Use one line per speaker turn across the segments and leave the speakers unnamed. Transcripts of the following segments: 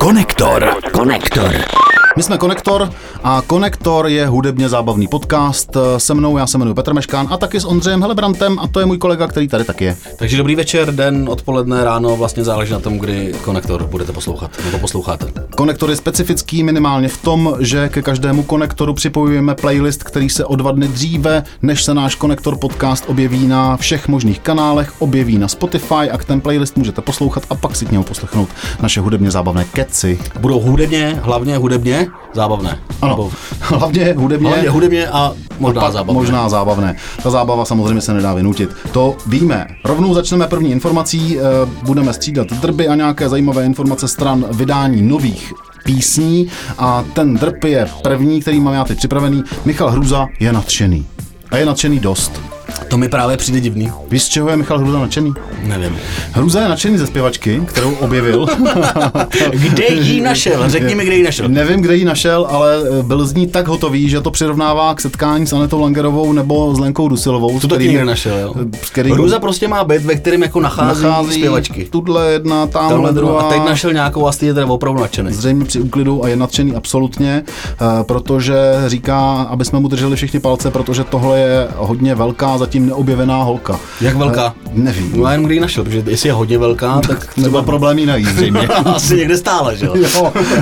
Konektor. Konektor.
My jsme Konektor a Konektor je hudebně zábavný podcast se mnou, já se jmenuji Petr Meškán a taky s Ondřejem Helebrantem a to je můj kolega, který tady taky je.
Takže dobrý večer, den, odpoledne, ráno, vlastně záleží na tom, kdy konektor budete poslouchat nebo posloucháte.
Konektor je specifický minimálně v tom, že ke každému konektoru připojujeme playlist, který se o dva dny dříve, než se náš konektor podcast objeví na všech možných kanálech, objeví na Spotify a k ten playlist můžete poslouchat a pak si k němu poslechnout naše hudebně zábavné keci.
Budou hudebně, hlavně hudebně, zábavné.
Ano, nebo... hlavně hudebně.
Hlavně hudebně a možná a zábavné.
Možná zábavné. Ta zábava samozřejmě se nedá vynutit. To víme. Rovnou začneme první informací. Eh, Budeme střídat drby a nějaké zajímavé informace stran vydání nových písní a ten drb je první, který mám já teď připravený. Michal Hruza je nadšený. A je nadšený dost.
To mi právě přijde divný.
Víš, z čeho je Michal Hruza nadšený?
Nevím.
Hruza je nadšený ze zpěvačky, kterou objevil.
kde ji našel? Řekni mi, kde ji našel.
Nevím, kde ji našel, ale eh, byl z ní tak hotový, že to přirovnává k setkání s Anetou Langerovou nebo s Lenkou Dusilovou.
To taky nenašel, jo. Který... Hruza prostě má byt, ve kterém jako nachází, nachází zpěvačky.
Tudle jedna, tamhle druhá.
A teď našel nějakou a je teda opravdu nadšený.
Zřejmě při úklidu a je nadšený absolutně, eh, protože říká, aby jsme mu drželi všichni palce, protože tohle je hodně velká zatím neobjevená holka.
Jak velká?
Nevím.
No já jenom kdy ji našel, protože jestli je hodně velká, tak
třeba Nebo problém ji najít zřejmě.
Asi někde stála, že jo?
jo. Eh,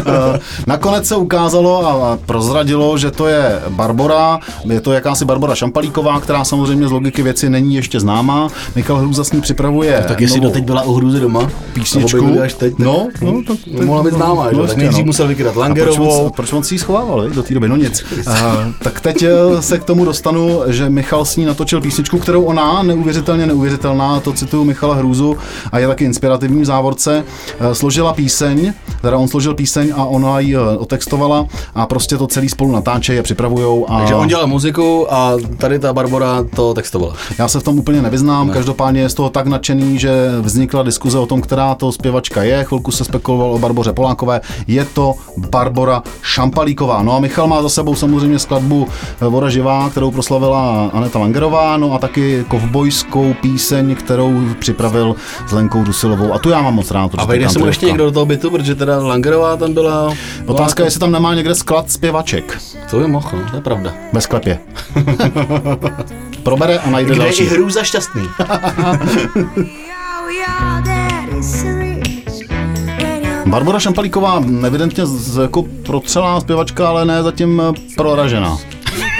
Nakonec se ukázalo a prozradilo, že to je Barbora, je to jakási Barbora Šampalíková, která samozřejmě z logiky věci není ještě známá. Michal Hruza s ní připravuje.
No, tak jestli
novou
doteď byla u Hruzy doma,
písničku.
Až teď, tak...
No, no, tak,
no, mohla být známá, že? Tak nejdřív musel vykrat Langerovou.
Proč on si ji schovával do té doby? No nic. tak teď eh, se k tomu dostanu, že Michal s ní natočil písničku, kterou ona neuvěřitelně neuvěřitelná, to cituju Michala Hruzu a je taky inspirativní v závorce, eh, složila píseň, teda on složil píseň a ona ji eh, otextovala a prostě to celý spolu natáčejí a připravujou. A...
Takže on dělal muziku a tady ta Barbora to textovala.
Já se v tom úplně nevyznám, ne. každopádně je z toho tak nadšený, že vznikla diskuze o tom, která to zpěvačka je, chvilku se spekuloval o Barboře Polákové, je to Barbora Šampalíková. No a Michal má za sebou samozřejmě skladbu Voda živá, kterou proslavila Aneta Langerová, no a taky kovbojskou píseň, kterou připravil s Lenkou Dusilovou. A tu já mám moc rád.
A vejde se mu ještě někdo do toho bytu, protože teda Langerová tam byla.
Otázka je, jestli tam nemá někde sklad zpěvaček.
No To je mohl, to je pravda.
Ve sklepě. Probere a najde
Kde
další.
je i hrůza šťastný.
Barbara Šampalíková, evidentně z, jako protřelá zpěvačka, ale ne zatím eh, proražená.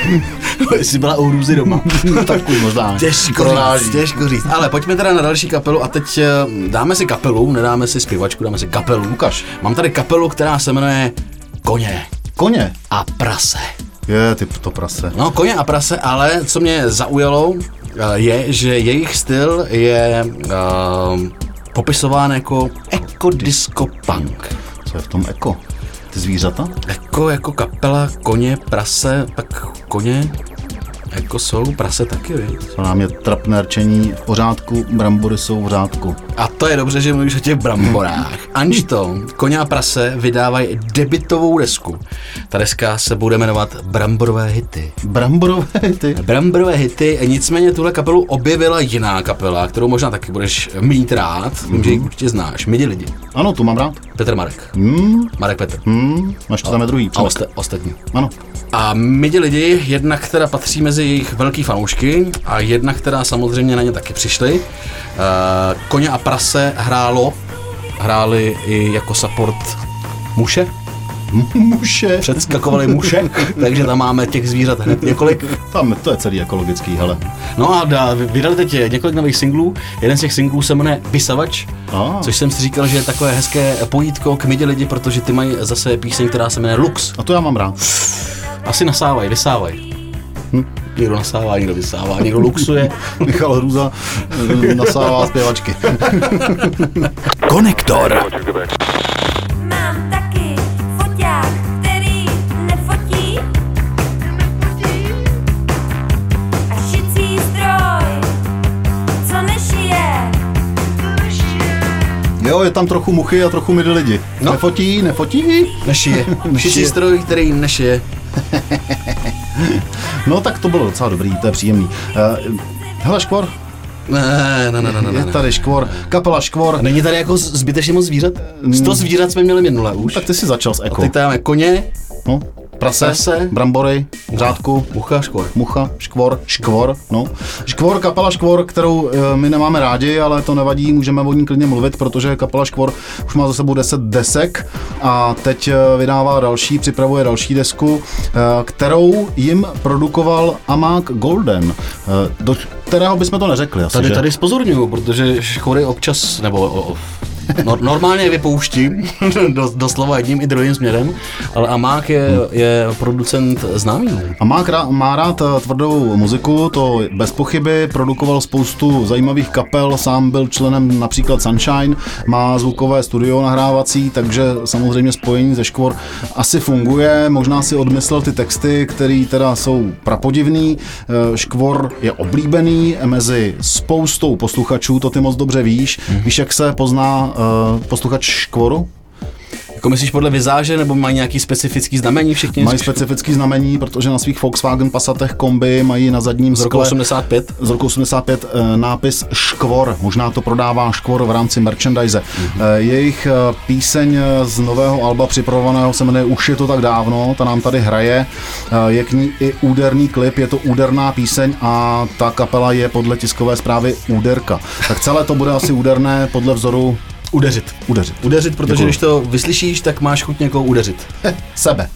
Jestli byla u Hruzy doma.
Takový možná.
Těžko říct, těžko říct. Ale pojďme teda na další kapelu a teď eh, dáme si kapelu, nedáme si zpěvačku, dáme si kapelu.
Lukáš.
Mám tady kapelu, která se jmenuje Koně.
Koně?
A prase.
Je, ty to prase.
No, koně a prase, ale co mě zaujalo, eh, je, že jejich styl je uh, popisován jako ekodisco punk.
Co je v tom eko? Ty zvířata?
Eko jako kapela, koně, prase, pak koně, jako jsou prase taky, víš?
Co nám je trapné rčení v pořádku, brambory jsou v řádku.
A to je dobře, že mluvíš o těch bramborách. Anžto, koně a prase vydávají debitovou desku. Ta deska se bude jmenovat Bramborové hity.
Bramborové hity?
Bramborové hity, nicméně tuhle kapelu objevila jiná kapela, kterou možná taky budeš mít rád, mm-hmm. vím, že ji určitě znáš, Midi lidi.
Ano, tu mám rád.
Petr Marek.
Hmm.
Marek Petr.
Hmm. Máš to tam je druhý.
A oste, ostatní.
Ano.
A Midi lidi jednak teda patří mezi jejich velký fanoušky a jedna, která samozřejmě na ně taky přišly. Koně a prase hrálo, hráli i jako support muše,
Muše.
Předskakovali muše, takže tam máme těch zvířat hned několik.
Tam to je celý ekologický, hele.
No a da, vydali teď několik nových singlů. Jeden z těch singlů se jmenuje Vysavač, a. což jsem si říkal, že je takové hezké pojítko k midě lidi, protože ty mají zase píseň, která se jmenuje Lux.
A to já mám rád.
Asi nasávají, vysávají. Hm? Někdo nasává, někdo vysává, někdo luxuje.
Michal Hruza nasává zpěvačky.
Konektor.
Jo, je tam trochu muchy a trochu midi lidi. No. Nefotí, nefotí?
Nešije. Šicí stroj, který nešije.
no tak to bylo docela dobrý, to je příjemný. Uh, Eh, hele, Škvor,
Ne, ne, ne, ne, ne,
Je
ne.
tady škvor, kapela škvor.
A není tady jako z- zbytečně moc zvířat? 100 zvířat jsme měli minule už.
Tak ty si začal s
A
eko.
teď tam máme koně,
No, prase,
Prase.
brambory, řádku,
mucha, škor.
mucha, škvor, škvor, no. Škvor, kapela škvor, kterou eh, my nemáme rádi, ale to nevadí, můžeme o ní klidně mluvit, protože kapela škvor už má za sebou 10 desek a teď eh, vydává další, připravuje další desku, eh, kterou jim produkoval Amák Golden, eh, do kterého bychom to neřekli asi,
Tady,
že?
tady spozorňuju, protože škory občas, nebo o, o, no, normálně je vypouštím, do, doslova jedním i druhým směrem, ale Amák je, je producent známý.
A má, krá, má rád eh, tvrdou muziku, to bez pochyby, produkoval spoustu zajímavých kapel, sám byl členem například Sunshine, má zvukové studio nahrávací, takže samozřejmě spojení ze Škvor asi funguje, možná si odmyslel ty texty, které teda jsou prapodivný, Eh, Škvor je oblíbený mezi spoustou posluchačů, to ty moc dobře víš,
Mhm.
víš jak se pozná eh, posluchač Škvoru?
Jako myslíš podle vizáže, nebo mají nějaký specifický znamení všichni?
Mají specifický znamení, protože na svých Volkswagen Passatech kombi mají na zadním
z roku
skle
85?
z roku 85 eh, nápis Škvor. Možná to prodává Škvor v rámci merchandise. Mm-hmm. Jejich eh, píseň eh, z nového alba připravovaného se jmenuje Už je to tak dávno, ta nám tady hraje. Eh, Je k ní i úderný klip, je to úderná píseň a ta kapela je podle tiskové zprávy úderka. Tak celé to bude asi úderné podle vzoru
Udeřit.
udeřit.
Udeřit, protože
Děkuju.
když to vyslyšíš, tak máš chuť někoho udeřit.
Eh, Sebe.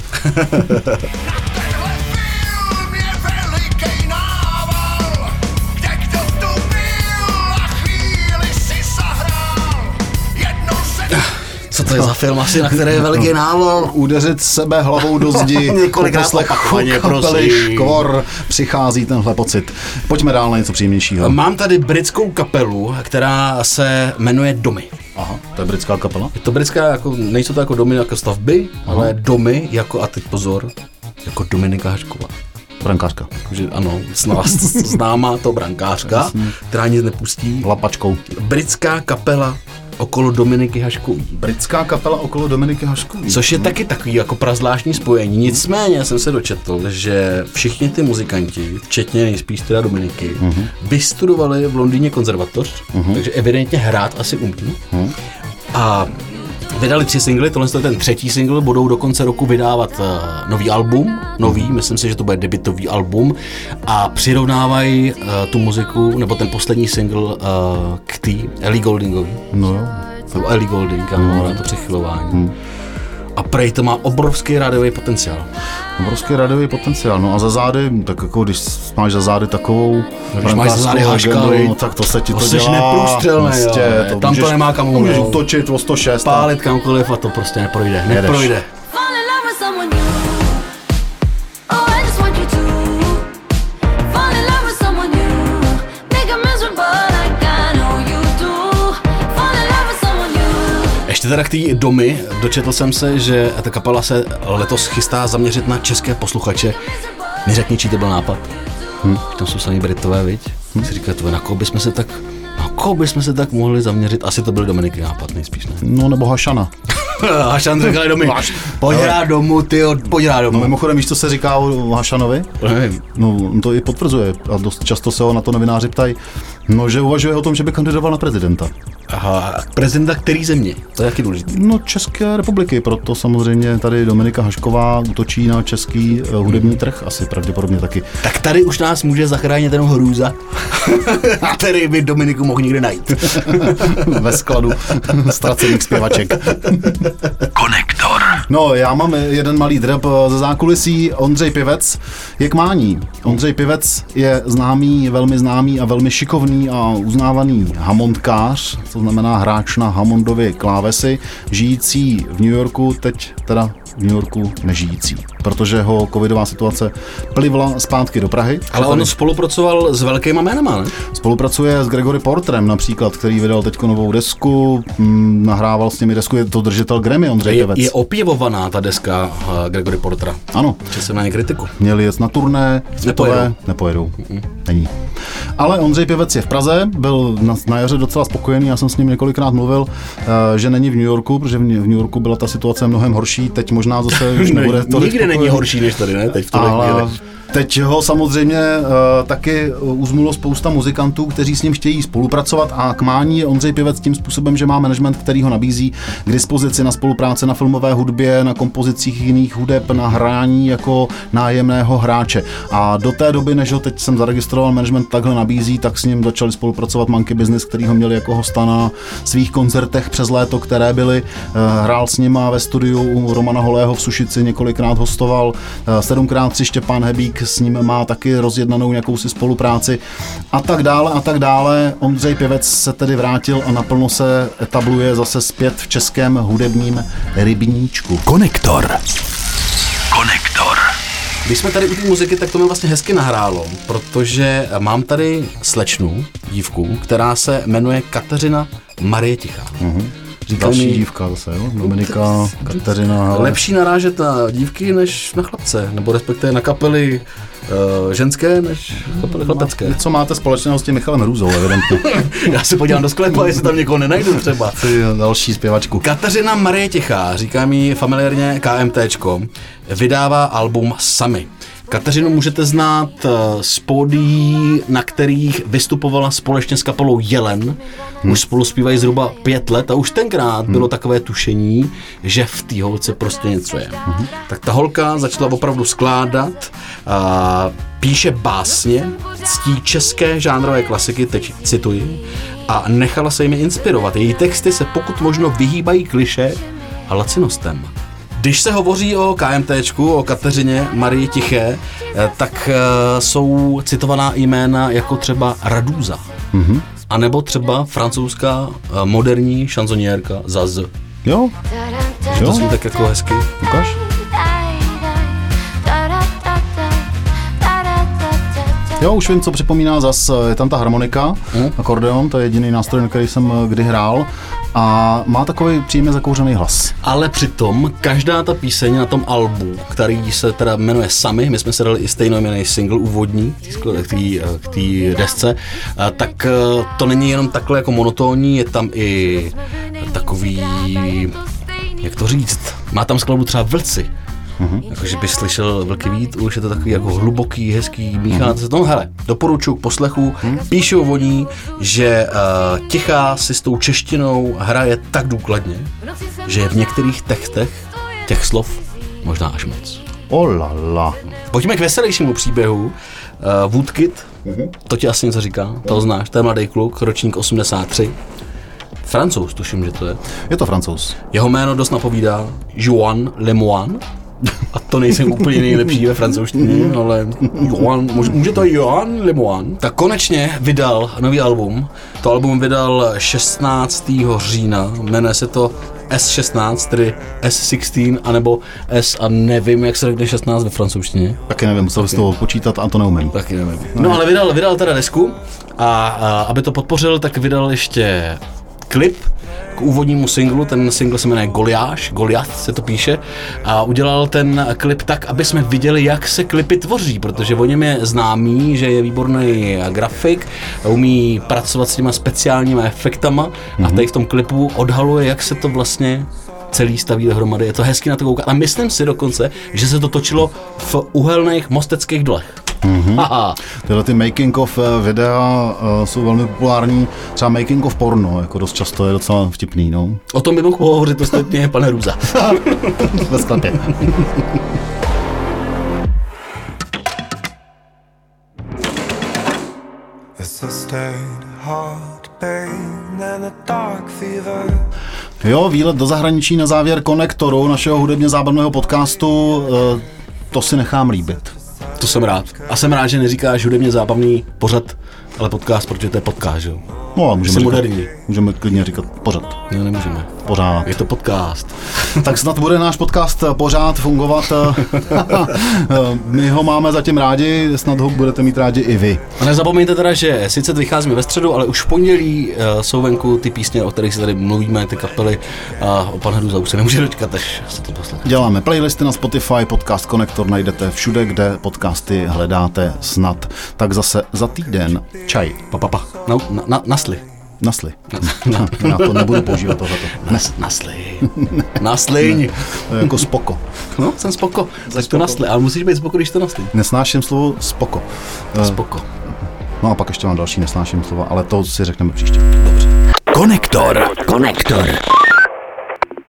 Co to je za film asi, na který je velký návol?
Udeřit sebe hlavou do zdi.
Několikrát
Po poslechu
opakovaně,
kapely
prosím.
Škvor přichází tenhle pocit. Pojďme dál na něco příjemnějšího.
Mám tady britskou kapelu, která se jmenuje Domy.
Aha, to je britská kapela.
Je to britská, jako, nejsou to jako domy jako stavby, Aha. ale domy jako, a teď pozor, jako Dominika Hašková.
Brankářka.
Takže ano, s nás známá to brankářka, která nic nepustí.
Lapačkou.
Britská kapela okolo Dominiky Haškový.
Britská kapela okolo Dominiky Haškový.
Což je taky takový jako prazvláštní spojení. Nicméně jsem se dočetl, že všichni ty muzikanti, včetně nejspíš teda Dominiky, uh-huh. vystudovali v Londýně konzervatoř, uh-huh. takže evidentně hrát asi umí. Uh-huh. A vydali tři singly, tohle je ten třetí single, budou do konce roku vydávat eh, nový album, nový, myslím si, že to bude debitový album a přirovnávají eh, tu muziku, nebo ten poslední single eh, k té Ellie Goldingovi.
No jo.
Nebo Ellie Golding,
Hmm.
ano, na to přechylování. A prej to má obrovský rádiový potenciál.
Obrovský radiový potenciál. No a za zády, tak jako když máš za zády takovou
Když máš za zády
brankářskou
Haška,
legendu,
viď?
no, tak to se ti
To
to,
seš
dělá.
neprůstřelný,
Prostě,
jo. Tam to
můžeš-
nemá kam
to Můžeš
unout.
utočit o 106. tam-
Pálit kamkoliv a to prostě neprojde. Neprojde.
Fall in love with someone new. Oh, I just want you to fall in love with someone new. Make 'em miserable like I know you do. Fall in love with someone new.
Ještě teda k té domy, dočetl jsem se, že ta kapela se letos chystá zaměřit na české posluchače. Mi řekni, čí to byl nápad. Hm. Tam jsou sami Britové, viď?
Hmm.
Hm. Si říká, tvoje, na koho bychom se tak na koho bychom se tak mohli zaměřit? Asi to byl Dominiky nápad, nejspíš ne.
No nebo Hašana.
A Šan řekl domy.
Máš-
Pojď
Ale-
hrát domů, ty pojď hrát
No
domů.
mimochodem, víš, co se říká o Hašanovi?
Nevím.
No, on to i potvrzuje a dost často se ho na to novináři ptají. No, že uvažuje o tom, že by kandidoval na prezidenta.
Aha, a prezidenta který země? To je taky důležité.
No České republiky, proto samozřejmě tady Dominika Hašková útočí na český eh, hudební trh, asi pravděpodobně taky.
Tak tady už nás může zachránit ten hrůza, který by Dominiku mohl někde najít.
Ve skladu ztracených zpěvaček.
Konektor.
No, já mám jeden malý drb eh, ze zákulisí. Ondřej Pivec je k mání. Ondřej Pivec je známý, velmi známý a velmi šikovný a uznávaný hamondkář, to znamená hráč na hamondově klávesy, žijící v New Yorku, teď teda v New Yorku nežijící, protože ho covidová situace plivla zpátky do Prahy.
Ale on spolupracoval s velkýma jménama, ne?
Spolupracuje s Gregory Porterem například, který vydal teď novou desku, mm, nahrával s nimi desku, je to držitel Grammy Ondřej
Je,
Pivec.
je opěvovaná ta deska eh, Gregory Portera.
Ano,
Že jsem na ně kritiku.
měli jet na turné, světové, nepojedou, není. Ale Ondřej Pěvec je v Praze, byl na, na jaře docela spokojený, já jsem s ním několikrát mluvil, eh, že není v New Yorku, protože v New v New Yorku byla ta situace mnohem horší, teď možná zase už nebude to.
Nikde není horší než tady, ne? Teď v tuhle
Ale
chvíli.
Teď ho samozřejmě uh, taky uzmulo spousta muzikantů, kteří s ním chtějí spolupracovat a k mání je Ondřej Pivec tím způsobem, že má management, který ho nabízí k dispozici na spolupráce na filmové hudbě, na kompozicích jiných hudeb, na hrání jako nájemného hráče. A do té doby, než ho teď jsem zaregistroval, management takhle nabízí, tak s ním začali spolupracovat Monkey Business, který ho měli jako hosta na svých koncertech přes léto, které byly. Eh, Hrál s nima ve studiu u Romana Holého v Sušici, několikrát hostoval. Eh, Sedmkrát si Štěpán Hebík s ním má taky rozjednanou jakousi spolupráci. A tak dále, a tak dále. Ondřej Pivec se tedy vrátil a naplno se etabluje zase zpět v českém hudebním rybníčku.
Konektor. Konektor.
Když jsme tady u té muziky, tak to mi vlastně hezky nahrálo, protože mám tady slečnu, dívku, která se jmenuje Kateřina Marie Tichá. Mm-hmm. Říkal
Další
mi,
dívka zase, jo? Dominika, Kateřina. ale-
No, lepší narážet na dívky než na chlapce, nebo respektive na kapely uh, ženské než kapely chlapecké.
Co máte společného s tím Michalem Růzou, evidentně.
Já se podívám do sklepu, jestli tam někoho nenajdu třeba.
Ty další zpěvačku.
Kateřina Marie Tichá, říká mi familiárně KMTčko, vydává album Sami. Kateřinu můžete znát eh, z pódií, na kterých vystupovala společně s kapelou Jelen. Už spolu zpívají zhruba pět let a už tenkrát bylo takové tušení, že v té holce prostě něco je. Tak ta holka začala opravdu skládat, a píše básně, ctí české žánrové klasiky, teď cituji, a nechala se jimi inspirovat. Její texty se pokud možno vyhýbají kliše a lacinostem. Když se hovoří o KMTčku, o Kateřině Marii Tiché, eh, tak eh, jsou citovaná jména jako třeba Radúza, mm-hmm. anebo třeba francouzská eh, moderní šanzoniérka Zaz.
Jo,
To
Jo.
zní tak jako hezky.
ukáž. Jo, už vím, co připomíná zas, eh, je tam ta harmonika,
Mhm.
akordeon, to je jediný nástroj, na který jsem eh, kdy hrál. A má takový příjemně zakouřený hlas.
Ale přitom každá ta píseň na tom albu, který se teda jmenuje Sami, my jsme se dali i stejnojmený single úvodní k tý skl- k té k tý desce, a tak eh, to není jenom takhle jako monotónní, je tam i takový, jak to říct, má tam skladbu třeba vlci, Jakože bys slyšel velký vít, už je to takový jako hluboký, hezký, míchá se to. No hele, doporučuji k poslechu. Píšou o ní, že uh, tichá si s tou češtinou hraje tak důkladně, že je v některých textech těch slov možná až moc.
Olala.
Pojďme k veselějšímu příběhu. Uh, Woodkid, to ti asi něco říká, to znáš, to je mladý kluk, ročník 83. Francouz, tuším, že to je.
Je to francouz.
Jeho jméno dost napovídá Joan Lemoine. A to nejsem úplně nejlepší ve francouzštině, ale Joan, může, může to Joan Lemoine. Tak konečně vydal nový album. To album vydal 16. října, jmenuje se to S16, tedy S16, anebo S a nevím, jak se řekne 16 ve francouzštině.
Taky nevím, musel bych z toho počítat a to neumím.
Taky nevím. No ale vydal, vydal teda desku a, a aby to podpořil, tak vydal ještě klip k úvodnímu singlu, ten single se jmenuje Goliáš, Goliath se to píše, a udělal ten klip tak, aby jsme viděli, jak se klipy tvoří, protože o něm je známý, že je výborný grafik, umí pracovat s těma speciálníma efektama a tady v tom klipu odhaluje, jak se to vlastně celý staví dohromady. Je to hezky na to koukat. A myslím si dokonce, že se to točilo v uhelných mosteckých dolech. Haha.
Tyhle ty making of eh, videa eh, jsou velmi populární, třeba making of porno, jako dost často je docela vtipný, no.
O tom by mohl hovořit ostatně pane Růza.
Ve sklepě.
It's a stained heart pain and a dark fever.
Jo, výlet do zahraničí na závěr konektoru našeho hudebně zábavného podcastu, eh, to si nechám líbit.
To jsem rád. A jsem rád, že neříkáš hudebně zábavný pořad, ale podcast, protože to je podcast, že jo?
No a můžeme,
Jsi
říkat,
moderní.
můžeme klidně říkat pořád.
Ne, No, nemůžeme.
Pořád.
Je to podcast.
Tak snad bude náš podcast eh, pořád fungovat. eh, My ho máme zatím rádi, snad ho budete mít rádi i vy.
A nezapomeňte teda, že sice vycházíme ve středu, ale už v pondělí uh, jsou venku ty písně, o kterých se tady mluvíme, ty kapely a o pane Růza už se nemůže dočkat, až se to poslechne.
Děláme playlisty na Spotify, podcast Konektor najdete všude, kde podcasty hledáte snad. Tak zase za týden. Čaj.
Pa, pa, pa. Na, na, na, nasli.
Nasli. No, já to nebudu používat tohleto.
Nas, nasli. Nasliň.
To je Jako spoko.
No, jsem spoko. Zač to nasli, ale musíš být spoko, když to nasli.
Nesnáším slovo spoko. Eh,
Spoko.
No a pak ještě mám další nesnáším slova, ale to si řekneme příště.
Konektor. Konektor.